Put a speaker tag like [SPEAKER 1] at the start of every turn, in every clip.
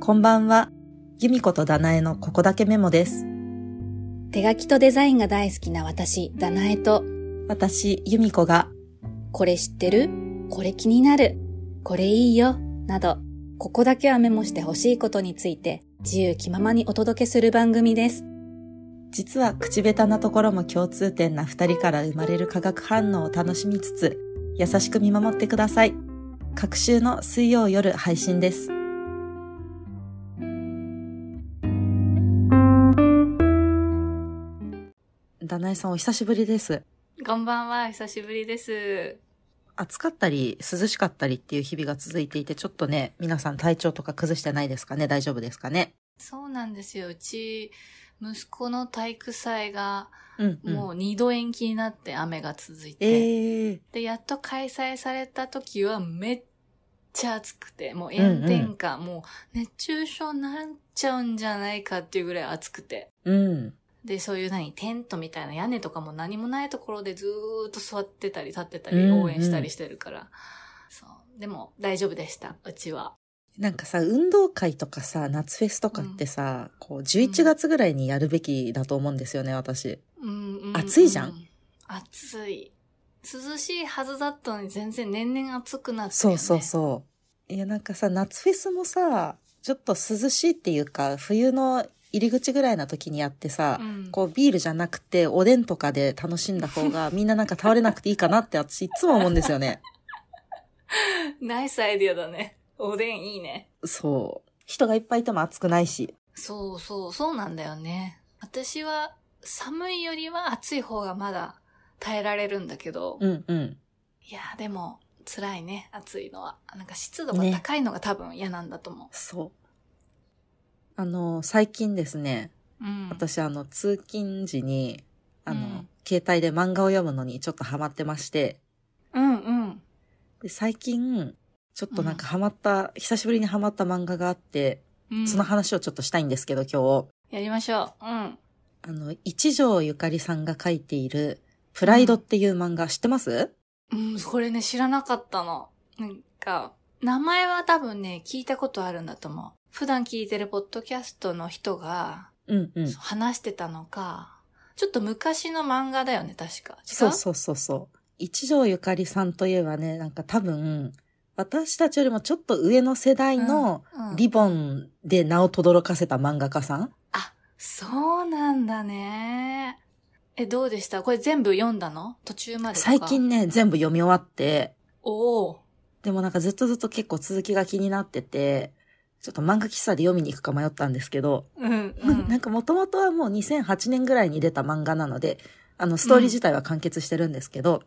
[SPEAKER 1] こんばんは。由美子とダナエのここだけメモです。
[SPEAKER 2] 手書きとデザインが大好きな私、ダナエと、
[SPEAKER 1] 私、由美子が
[SPEAKER 2] これ知ってるこれ気になるこれいいよなど、ここだけはメモしてほしいことについて、自由気ままにお届けする番組です。
[SPEAKER 1] 実は口下手なところも共通点な二人から生まれる化学反応を楽しみつつ、優しく見守ってください。各週の水曜夜配信です。ダナエさんお久しぶりです。
[SPEAKER 3] こんばんは、久しぶりです。
[SPEAKER 1] 暑かったり涼しかったりっていう日々が続いていて、ちょっとね、皆さん体調とか崩してないですかね大丈夫ですかね
[SPEAKER 3] そうなんですよ。うち、息子の体育祭が
[SPEAKER 1] うん、うん。
[SPEAKER 3] もう二度延期になって雨が続いて、
[SPEAKER 1] ええ
[SPEAKER 3] で、やっと開催された時はめっちゃ暑くて、もう炎天下、もう熱中症になっちゃうんじゃないかっていうぐらい暑くて。
[SPEAKER 1] うん。
[SPEAKER 3] で、そういう何、テントみたいな屋根とかも何もないところでずーっと座ってたり立ってたり
[SPEAKER 1] うんうん
[SPEAKER 3] 応援したりしてるから。そう。でも大丈夫でした、うちは。
[SPEAKER 1] なんかさ、運動会とかさ、夏フェスとかってさ、こう、11月ぐらいにやるべきだと思うんですよね、私。
[SPEAKER 3] うんうんうん
[SPEAKER 1] 暑いじゃん
[SPEAKER 3] 暑い。涼しいはずだったのに全然年々暑くなってる
[SPEAKER 1] そ
[SPEAKER 3] よ、ね。
[SPEAKER 1] うそうそう。いや、なんかさ、夏フェスもさ、ちょっと涼しいっていうか、冬の入り口ぐらいな時にやってさ、
[SPEAKER 3] うん
[SPEAKER 1] こう、ビールじゃなくて、おでんとかで楽しんだ方 が、みんななんか倒れなくていいかなって、私いつも思うんですよね。
[SPEAKER 3] ナイスアイディアだね。おでんいいね。
[SPEAKER 1] そう。人がいっぱいいても暑くないし。
[SPEAKER 3] そうそう、そうなんだよね。私は寒いよりは暑い方がまだ耐えられるんだけど。
[SPEAKER 1] うんうん。
[SPEAKER 3] いやー、でも辛いね、暑いのは。なんか湿度が高いのが多分嫌なんだと思
[SPEAKER 1] そう。あの、最近ですね、
[SPEAKER 3] う。うん。
[SPEAKER 1] 私、あの、通勤時に、あの、
[SPEAKER 3] うん
[SPEAKER 1] 携帯で漫画を読むのにちょっとハマってまして、
[SPEAKER 3] うんうん。
[SPEAKER 1] で最近、ちょっとなんかハマった、久しぶりにハマった漫画があって、
[SPEAKER 3] うん、
[SPEAKER 1] その話をちょっとしたいんですけど、今日。
[SPEAKER 3] やりましょう。うん。
[SPEAKER 1] あの、一条ゆかりさんが書いている、プライドっていう漫画、知ってます
[SPEAKER 3] うん、これね、知らなかったの。なんか、名前は多分ね、聞いたことあるんだと思う。普段聞いてるポッドキャストの人が、
[SPEAKER 1] うんうん。
[SPEAKER 3] そう話してたのか、ちょっと昔の漫画だよね、確か。違う
[SPEAKER 1] そうそうそうそう。一条ゆかりさんといえばね、なんか多分、私たちよりもちょっと上の世代の
[SPEAKER 3] うんうん
[SPEAKER 1] リボンで名を轟かせた漫画家さん
[SPEAKER 3] あ、そうなんだね。え、どうでしたこれ全部読んだの途中までとか
[SPEAKER 1] 最。近ね、全部読み終わって、
[SPEAKER 3] おお。
[SPEAKER 1] でもなんかずっとずっと結構続きが気になってて、ちょっと漫画喫茶で読みに行くか迷ったんですけど、
[SPEAKER 3] うん、う
[SPEAKER 1] まあ なん
[SPEAKER 3] ん。
[SPEAKER 1] かもともとはもう2008年ぐらいに出た漫画なので、あの、ストーリー自体は完結してるんですけど、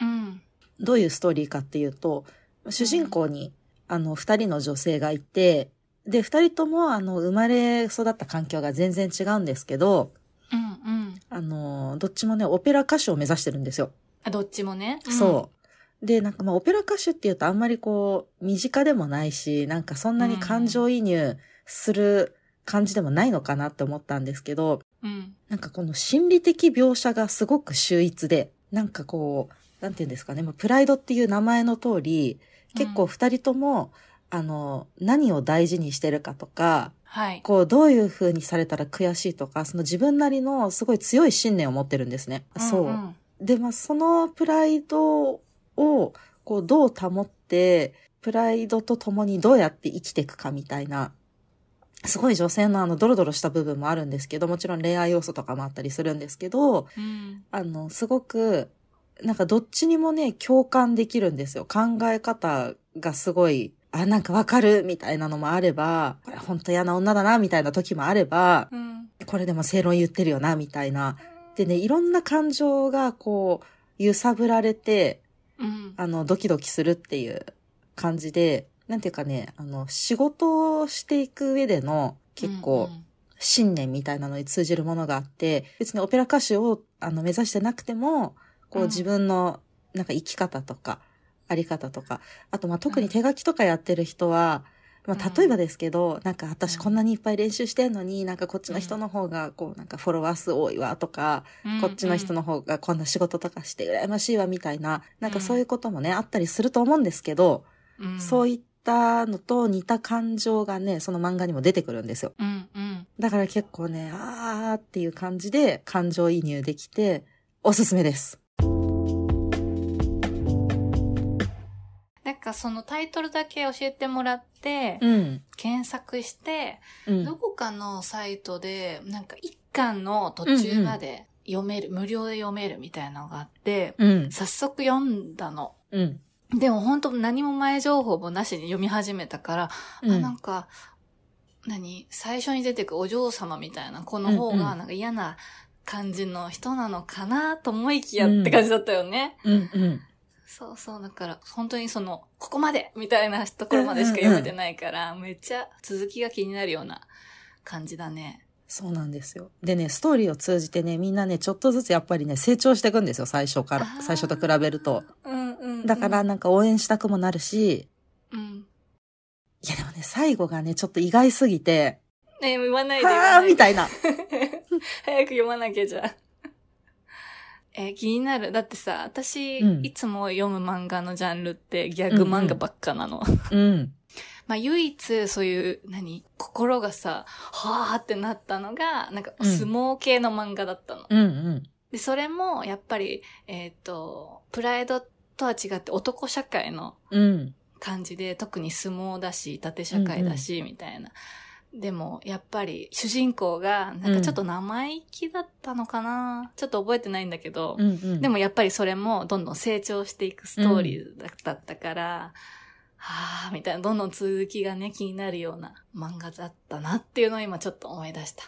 [SPEAKER 3] うん。
[SPEAKER 1] どういうストーリーかっていうと、主人公に、あの、二人の女性がいて、で、二人とも、あの、生まれ育った環境が全然違うんですけど、
[SPEAKER 3] うん、うん。
[SPEAKER 1] あの、どっちもね、オペラ歌手を目指してるんですよ。
[SPEAKER 3] あ、どっちもね。ん
[SPEAKER 1] そう。で、なんかまあ、オペラ歌手っていうとあんまりこう、身近でもないし、なんかそんなに感情移入する感じでもないのかなって思ったんですけど、
[SPEAKER 3] うん。
[SPEAKER 1] なんかこの心理的描写がすごく秀逸で、なんかこう、なんて言うんですかね、まあ、プライドっていう名前の通り、結構
[SPEAKER 3] うん
[SPEAKER 1] 二人とも、あの、何を大事にしてるかとか、
[SPEAKER 3] はい。
[SPEAKER 1] こう、どういう風にされたら悔しいとか、その自分なりのすごい強い信念を持ってるんですね。そう。
[SPEAKER 3] んん
[SPEAKER 1] で、まあ、そのプライドを、こう、どう保って、プライドと共にどうやって生きていくかみたいな、すごい女性のあの、ドロドロした部分もあるんですけど、もちろん恋愛要素とかもあったりするんですけど、
[SPEAKER 3] うん。
[SPEAKER 1] あの、すごく、なんかどっちにもね、共感できるんですよ。考え方がすごい、あ、なんかわかるみたいなのもあれば、これ本当嫌な女だな、みたいな時もあれば、
[SPEAKER 3] うん。
[SPEAKER 1] これでも正論言ってるよな、みたいな。でね、いろんな感情がこう、揺さぶられて、
[SPEAKER 3] うん。
[SPEAKER 1] あの、ドキドキするっていう感じで、なんていうかね、あの、仕事をしていく上での結構
[SPEAKER 3] うんうん
[SPEAKER 1] 信念みたいなのに通じるものがあって、別にオペラ歌手をあの目指してなくても、こう
[SPEAKER 3] うん
[SPEAKER 1] 自分のなんか生き方とか、あり方とか、あとまあ特に手書きとかやってる人は、まあ
[SPEAKER 3] うん
[SPEAKER 1] 例えばですけど、なんか私
[SPEAKER 3] うん
[SPEAKER 1] こんなにいっぱい練習してんのに、なんかこっちの人の方がこうなんかフォロワー数多いわとか、
[SPEAKER 3] うん
[SPEAKER 1] こっちの人の方がこんな仕事とかして羨ましいわみたいな、なんかそういうこともね、あったりすると思うんですけど、
[SPEAKER 3] うん
[SPEAKER 1] そういっったのと似た感情がね、その漫画にも出てくるんですよ。
[SPEAKER 3] うんうん。
[SPEAKER 1] だから結構ね、あーっていう感じで感情移入できて、おすすめです。
[SPEAKER 3] なんかそのタイトルだけ教えてもらって、
[SPEAKER 1] うん。
[SPEAKER 3] 検索して、
[SPEAKER 1] うん。
[SPEAKER 3] どこかのサイトで、なんか一巻の途中まで読める、無料で読めるみたいなのがあって、
[SPEAKER 1] うん。
[SPEAKER 3] 早速読んだの。
[SPEAKER 1] うん。
[SPEAKER 3] でも本当何も前情報もなしに読み始めたから、
[SPEAKER 1] う
[SPEAKER 3] あ
[SPEAKER 1] ん
[SPEAKER 3] なんか、何最初に出てくお嬢様みたいな子の方
[SPEAKER 1] うんう
[SPEAKER 3] が
[SPEAKER 1] ん
[SPEAKER 3] なんか嫌な感じの人なのかなと思いきや
[SPEAKER 1] うん
[SPEAKER 3] って感じだったよね。
[SPEAKER 1] うん。うん。
[SPEAKER 3] そうそう。だから本当にその、ここまでみたいなところまでしか読めてないから、めっちゃ続きが気になるような感じだね。
[SPEAKER 1] そうなんですよ。でね、ストーリーを通じてね、みんなね、ちょっとずつやっぱりね、成長していくんですよ、最初から
[SPEAKER 3] あ。ー
[SPEAKER 1] 最初と比べると。
[SPEAKER 3] うんうん、うん。
[SPEAKER 1] だから、なんか応援したくもなるし、
[SPEAKER 3] うん。
[SPEAKER 1] いやでもね、最後がね、ちょっと意外すぎて、
[SPEAKER 3] ね言わないで言わ
[SPEAKER 1] は
[SPEAKER 3] な
[SPEAKER 1] ー
[SPEAKER 3] い
[SPEAKER 1] み
[SPEAKER 3] で。
[SPEAKER 1] たいな。
[SPEAKER 3] 早く読まなきゃじゃあ。えー気になる。だってさ、私、
[SPEAKER 1] うん
[SPEAKER 3] いつも読む漫画のジャンルってギャグ漫画ばっかなの。
[SPEAKER 1] うん。
[SPEAKER 3] まあ、唯一、そういう、何心がさ、はーってなったのが、なんか、
[SPEAKER 1] うん
[SPEAKER 3] 相撲系の漫画だったの。
[SPEAKER 1] うんうん。
[SPEAKER 3] で、それも、やっぱり、えっ、と、プライドとは違って男社会の
[SPEAKER 1] うん。
[SPEAKER 3] 感じで、特に相撲だし、縦社会だし、みたいな。でも、やっぱり、主人公が、なんかちょっと生意気だったのかな、ちょっと覚えてないんだけど、
[SPEAKER 1] うんうん。
[SPEAKER 3] でもやっぱりそれもどんどん成長していくストーリーだったから、はぁ、みたいな、どんどん続きがね、気になるような漫画だったなっていうのを今ちょっと思い出した。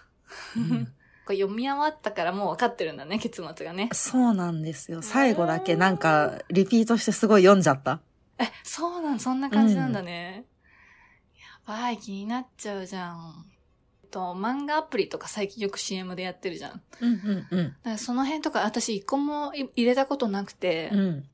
[SPEAKER 1] うん、
[SPEAKER 3] これ読み終わったからもう分かってるんだね、結末がね。
[SPEAKER 1] そうなんですよ。最後だけなんか、リピートしてすごい読んじゃった。
[SPEAKER 3] え、そうなん、そんな感じなんだね。やばい、気になっちゃうじゃん。えっと、漫画アプリとか最近よく CM でやってるじゃん。だ
[SPEAKER 1] うんうん
[SPEAKER 3] からその辺とか私一個もい入れたことなくて、
[SPEAKER 1] うん。うん。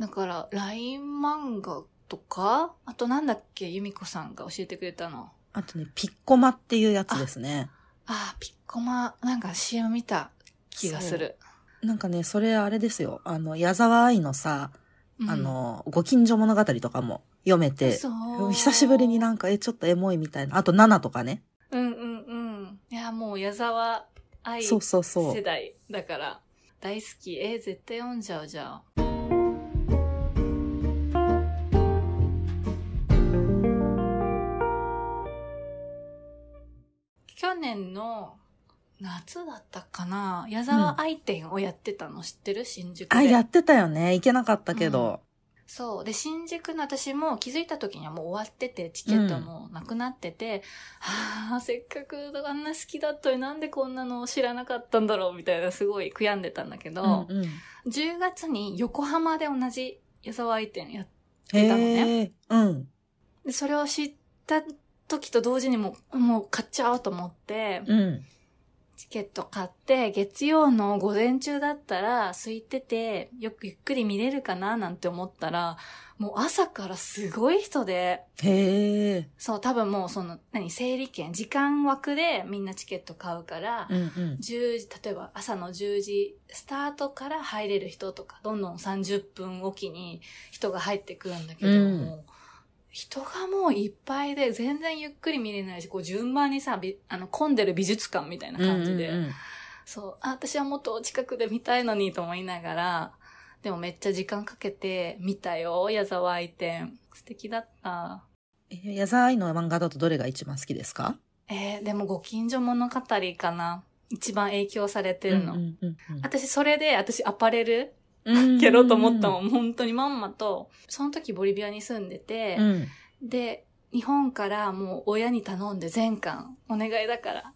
[SPEAKER 3] だから、LINE 漫画とか、あとなんだっけ、由美子さんが教えてくれたの。
[SPEAKER 1] あとね、ピッコマっていうやつですね。
[SPEAKER 3] あー、ピッコマ、なんか CM 見た気がする。
[SPEAKER 1] なんかね、それあれですよ。あの、矢沢愛のさ、
[SPEAKER 3] うん
[SPEAKER 1] あ、の、ご近所物語とかも読めて、
[SPEAKER 3] そう。
[SPEAKER 1] 久しぶりになんか、え、ちょっとエモいみたいな。あと、ナナとかね。
[SPEAKER 3] うんうんうん。いや、もう矢沢愛
[SPEAKER 1] そうそうそ
[SPEAKER 3] 世
[SPEAKER 1] う。
[SPEAKER 3] 代だから、大好き。えー絶対読んじゃうじゃん。去年の夏だったかな矢沢愛店をやってたの知ってる新宿で。
[SPEAKER 1] あ、やってたよね。行けなかったけど。
[SPEAKER 3] そう。で、新宿の私も気づいた時にはもう終わってて、チケットもなくなってて、はあ、せっかくあんな好きだったのになんでこんなのを知らなかったんだろうみたいなすごい悔やんでたんだけ
[SPEAKER 1] う
[SPEAKER 3] ど、
[SPEAKER 1] んうん。
[SPEAKER 3] 10月に横浜で同じ矢沢愛店やっ出たの
[SPEAKER 1] へ
[SPEAKER 3] ね
[SPEAKER 1] え。うん。
[SPEAKER 3] て、それを知った時と同時にもう、もう買っちゃおうと思って、
[SPEAKER 1] うん。
[SPEAKER 3] チケット買って、月曜の午前中だったら空いてて、よくゆっくり見れるかななんて思ったら、もう朝からすごい人で、
[SPEAKER 1] へえ。
[SPEAKER 3] そう、多分もうその、何、整理券、時間枠でみんなチケット買うから、
[SPEAKER 1] うんうん。
[SPEAKER 3] 10時、例えば朝の10時スタートから入れる人とか、どんどん30分おきに人が入ってくるんだけど、
[SPEAKER 1] うん
[SPEAKER 3] もう人がもういっぱいで、全然ゆっくり見れないし、こう順番にさ、びあの混んでる美術館みたいな感じで、
[SPEAKER 1] うんうんうん
[SPEAKER 3] そう、あ、私はもっと近くで見たいのにと思いながら、でもめっちゃ時間かけて見たよ、矢沢愛店。素敵だった。
[SPEAKER 1] え矢沢愛の漫画だとどれが一番好きですか
[SPEAKER 3] えー、でもご近所物語かな。一番影響されてるの。
[SPEAKER 1] うんうん
[SPEAKER 3] 私、それで、私、アパレル
[SPEAKER 1] うん。
[SPEAKER 3] やろうと思ったも
[SPEAKER 1] ん。
[SPEAKER 3] ん。本当にまんまと、その時ボリビアに住んでて、
[SPEAKER 1] うん。
[SPEAKER 3] で、日本からもう親に頼んで全巻、お願いだから、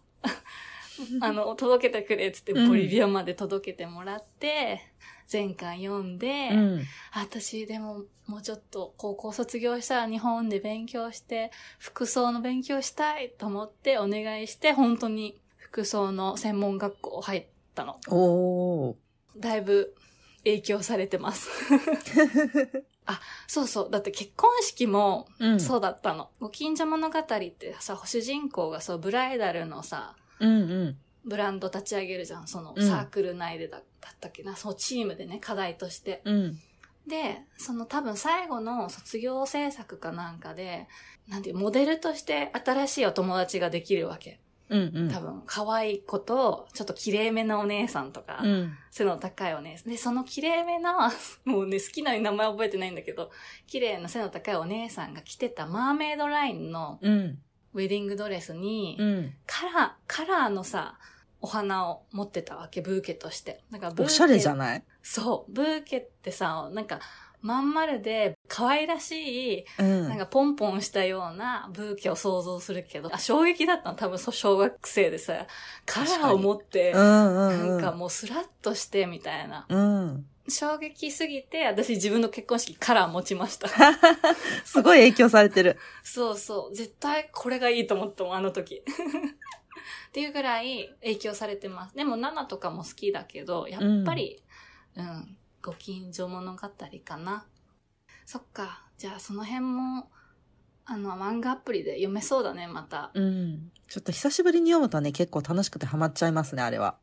[SPEAKER 3] あの、届けてくれっつって、
[SPEAKER 1] うん
[SPEAKER 3] ボリビアまで届けてもらって、全巻読んで、
[SPEAKER 1] うん。
[SPEAKER 3] 私でももうちょっと高校卒業したら日本で勉強して服装の勉強したいと思ってお願いして本当に服装の専門学校入ったの。
[SPEAKER 1] おー。
[SPEAKER 3] だいぶ影響されて ます。あ、そうそう。だって結婚式も
[SPEAKER 1] うん。
[SPEAKER 3] そうだったの。ご近所物語ってさ、主人公がそうブライダルのさ、
[SPEAKER 1] うんうん。
[SPEAKER 3] ブランド立ち上げるじゃん。その
[SPEAKER 1] うん
[SPEAKER 3] サークル内でだ,、だったっけな。そのチームでね、課題として。
[SPEAKER 1] うん。
[SPEAKER 3] で、その多分最後の卒業制作かなんかで、なんていう、モデルとして新しいお友達ができるわけ。
[SPEAKER 1] うんうん。
[SPEAKER 3] 多分、可愛い子と、ちょっと綺麗めなお姉さんとか、
[SPEAKER 1] うん。
[SPEAKER 3] 背の高いお姉さん。で、その綺麗めな、 もうね、好きな名前覚えてないんだけど、綺麗な背の高いお姉さんが着てたマーメイドラインの
[SPEAKER 1] うん。
[SPEAKER 3] ウェディングドレスに、
[SPEAKER 1] うん。
[SPEAKER 3] カラー、カラーのさ、お花を持ってたわけ、ブーケとして。なんかブー
[SPEAKER 1] お
[SPEAKER 3] ケ
[SPEAKER 1] しゃれじゃない
[SPEAKER 3] そう、ブーケってさ、なんか、まん丸で、可愛らしい、
[SPEAKER 1] うん。
[SPEAKER 3] なんかポンポンしたようなブーケを想像するけど、あ衝撃だったの、多分そう小学生でさ、カラーを持って
[SPEAKER 1] う、んうん
[SPEAKER 3] な
[SPEAKER 1] うんん。
[SPEAKER 3] かもうスラッとして、みたいな。
[SPEAKER 1] うん。
[SPEAKER 3] 衝撃すぎて、私自分の結婚式カラー持ちました。
[SPEAKER 1] すごい影響されてる。
[SPEAKER 3] そうそう。絶対これがいいと思ったもん、あの時。 っていうぐらい影響されてます。でも、ナナとかも好きだけど、やっぱり、うん、ご近所物語かな。そっか。じゃあ、その辺も、あの、漫画アプリで読めそうだね、また。
[SPEAKER 1] うん。ちょっと久しぶりに読むとね、結構楽しくてハマっちゃいますね、あれは。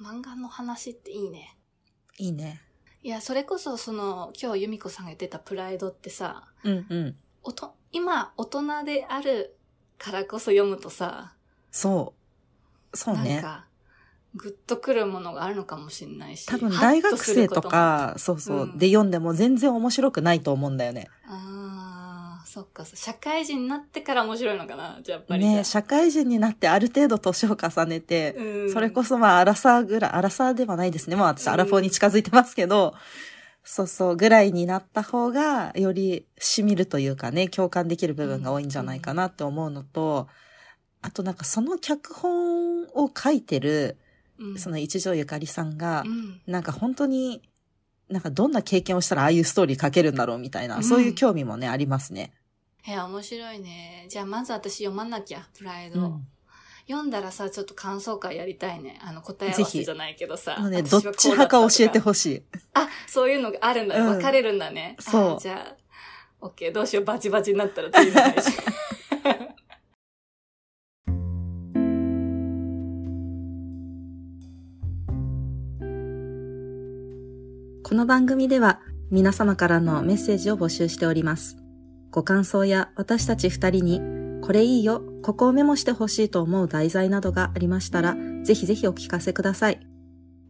[SPEAKER 3] 漫画の話っていいね。
[SPEAKER 1] いいね。
[SPEAKER 3] いや、それこそ、その、今日由美子さんが言ってたプライドってさ、
[SPEAKER 1] うんうん。
[SPEAKER 3] おと、今、大人であるからこそ読むとさ、
[SPEAKER 1] そう。そう
[SPEAKER 3] なん
[SPEAKER 1] ね。
[SPEAKER 3] か、ぐっとくるものがあるのかもしれないし。
[SPEAKER 1] 多分
[SPEAKER 3] ハッ
[SPEAKER 1] 大学
[SPEAKER 3] する
[SPEAKER 1] 生
[SPEAKER 3] ことも。
[SPEAKER 1] か、そうそう、
[SPEAKER 3] うん
[SPEAKER 1] で読んでも全然面白くないと思うんだよね。
[SPEAKER 3] ああ、そっか、そう社会人になってから面白いのかな、じゃあやっぱりじゃあ。
[SPEAKER 1] ね社会人になってある程度年を重ねて、
[SPEAKER 3] うん、
[SPEAKER 1] それこそまあ、アラサーぐらい、アラサーではないですね。もう私、
[SPEAKER 3] うん
[SPEAKER 1] アラフォーに近づいてますけど、そうそう、ぐらいになった方が、より染みるというかね、共感できる部分が多いんじゃないかなって思うのと、あとなんかその脚本を書いてる、
[SPEAKER 3] うん、
[SPEAKER 1] その一条ゆかりさんが
[SPEAKER 3] う、ん、
[SPEAKER 1] なんか本当に、なんかどんな経験をしたらああいうストーリー書けるんだろうみたいな、
[SPEAKER 3] うん
[SPEAKER 1] そういう興味もね、ありますね。
[SPEAKER 3] いや、面白いね。じゃあ、まず私読まなきゃ、プライ
[SPEAKER 1] う
[SPEAKER 3] ド。
[SPEAKER 1] ん。
[SPEAKER 3] 読んだらさ、ちょっと感想会やりたいね。あの、答え合わせじゃないけどさ。
[SPEAKER 1] あのね、
[SPEAKER 3] 私
[SPEAKER 1] ど
[SPEAKER 3] は
[SPEAKER 1] っ
[SPEAKER 3] こうだ
[SPEAKER 1] ち派か教えて
[SPEAKER 3] と
[SPEAKER 1] ほしい。
[SPEAKER 3] あ、そういうのがあるんだ。
[SPEAKER 1] うん
[SPEAKER 3] 分かれるんだね。
[SPEAKER 1] そう
[SPEAKER 3] あじゃあ、オッケー、どうしよう。バチバチになったら次の配信。
[SPEAKER 1] この番組では皆様からのメッセージを募集しております。ご感想や私たち二人に、これいいよ、ここをメモしてほしいと思う題材などがありましたら、ぜひぜひお聞かせください。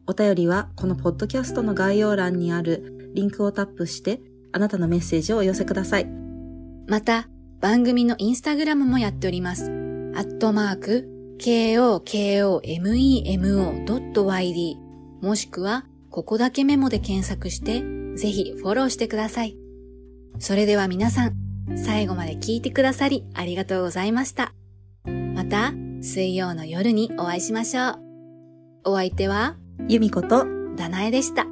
[SPEAKER 1] お便りはこのポッドキャストの概要欄にあるリンクをタップして、あなたのメッセージをお寄せください。
[SPEAKER 2] また、番組のインスタグラムもやっております。アットマーク、kokomemo.yd もしくは、ここだけメモで検索して、ぜひフォローしてください。それでは皆さん、最後まで聞いてくださりありがとうございました。また、水曜の夜にお会いしましょう。お相手は、
[SPEAKER 1] 由美子と
[SPEAKER 2] ダナエでした。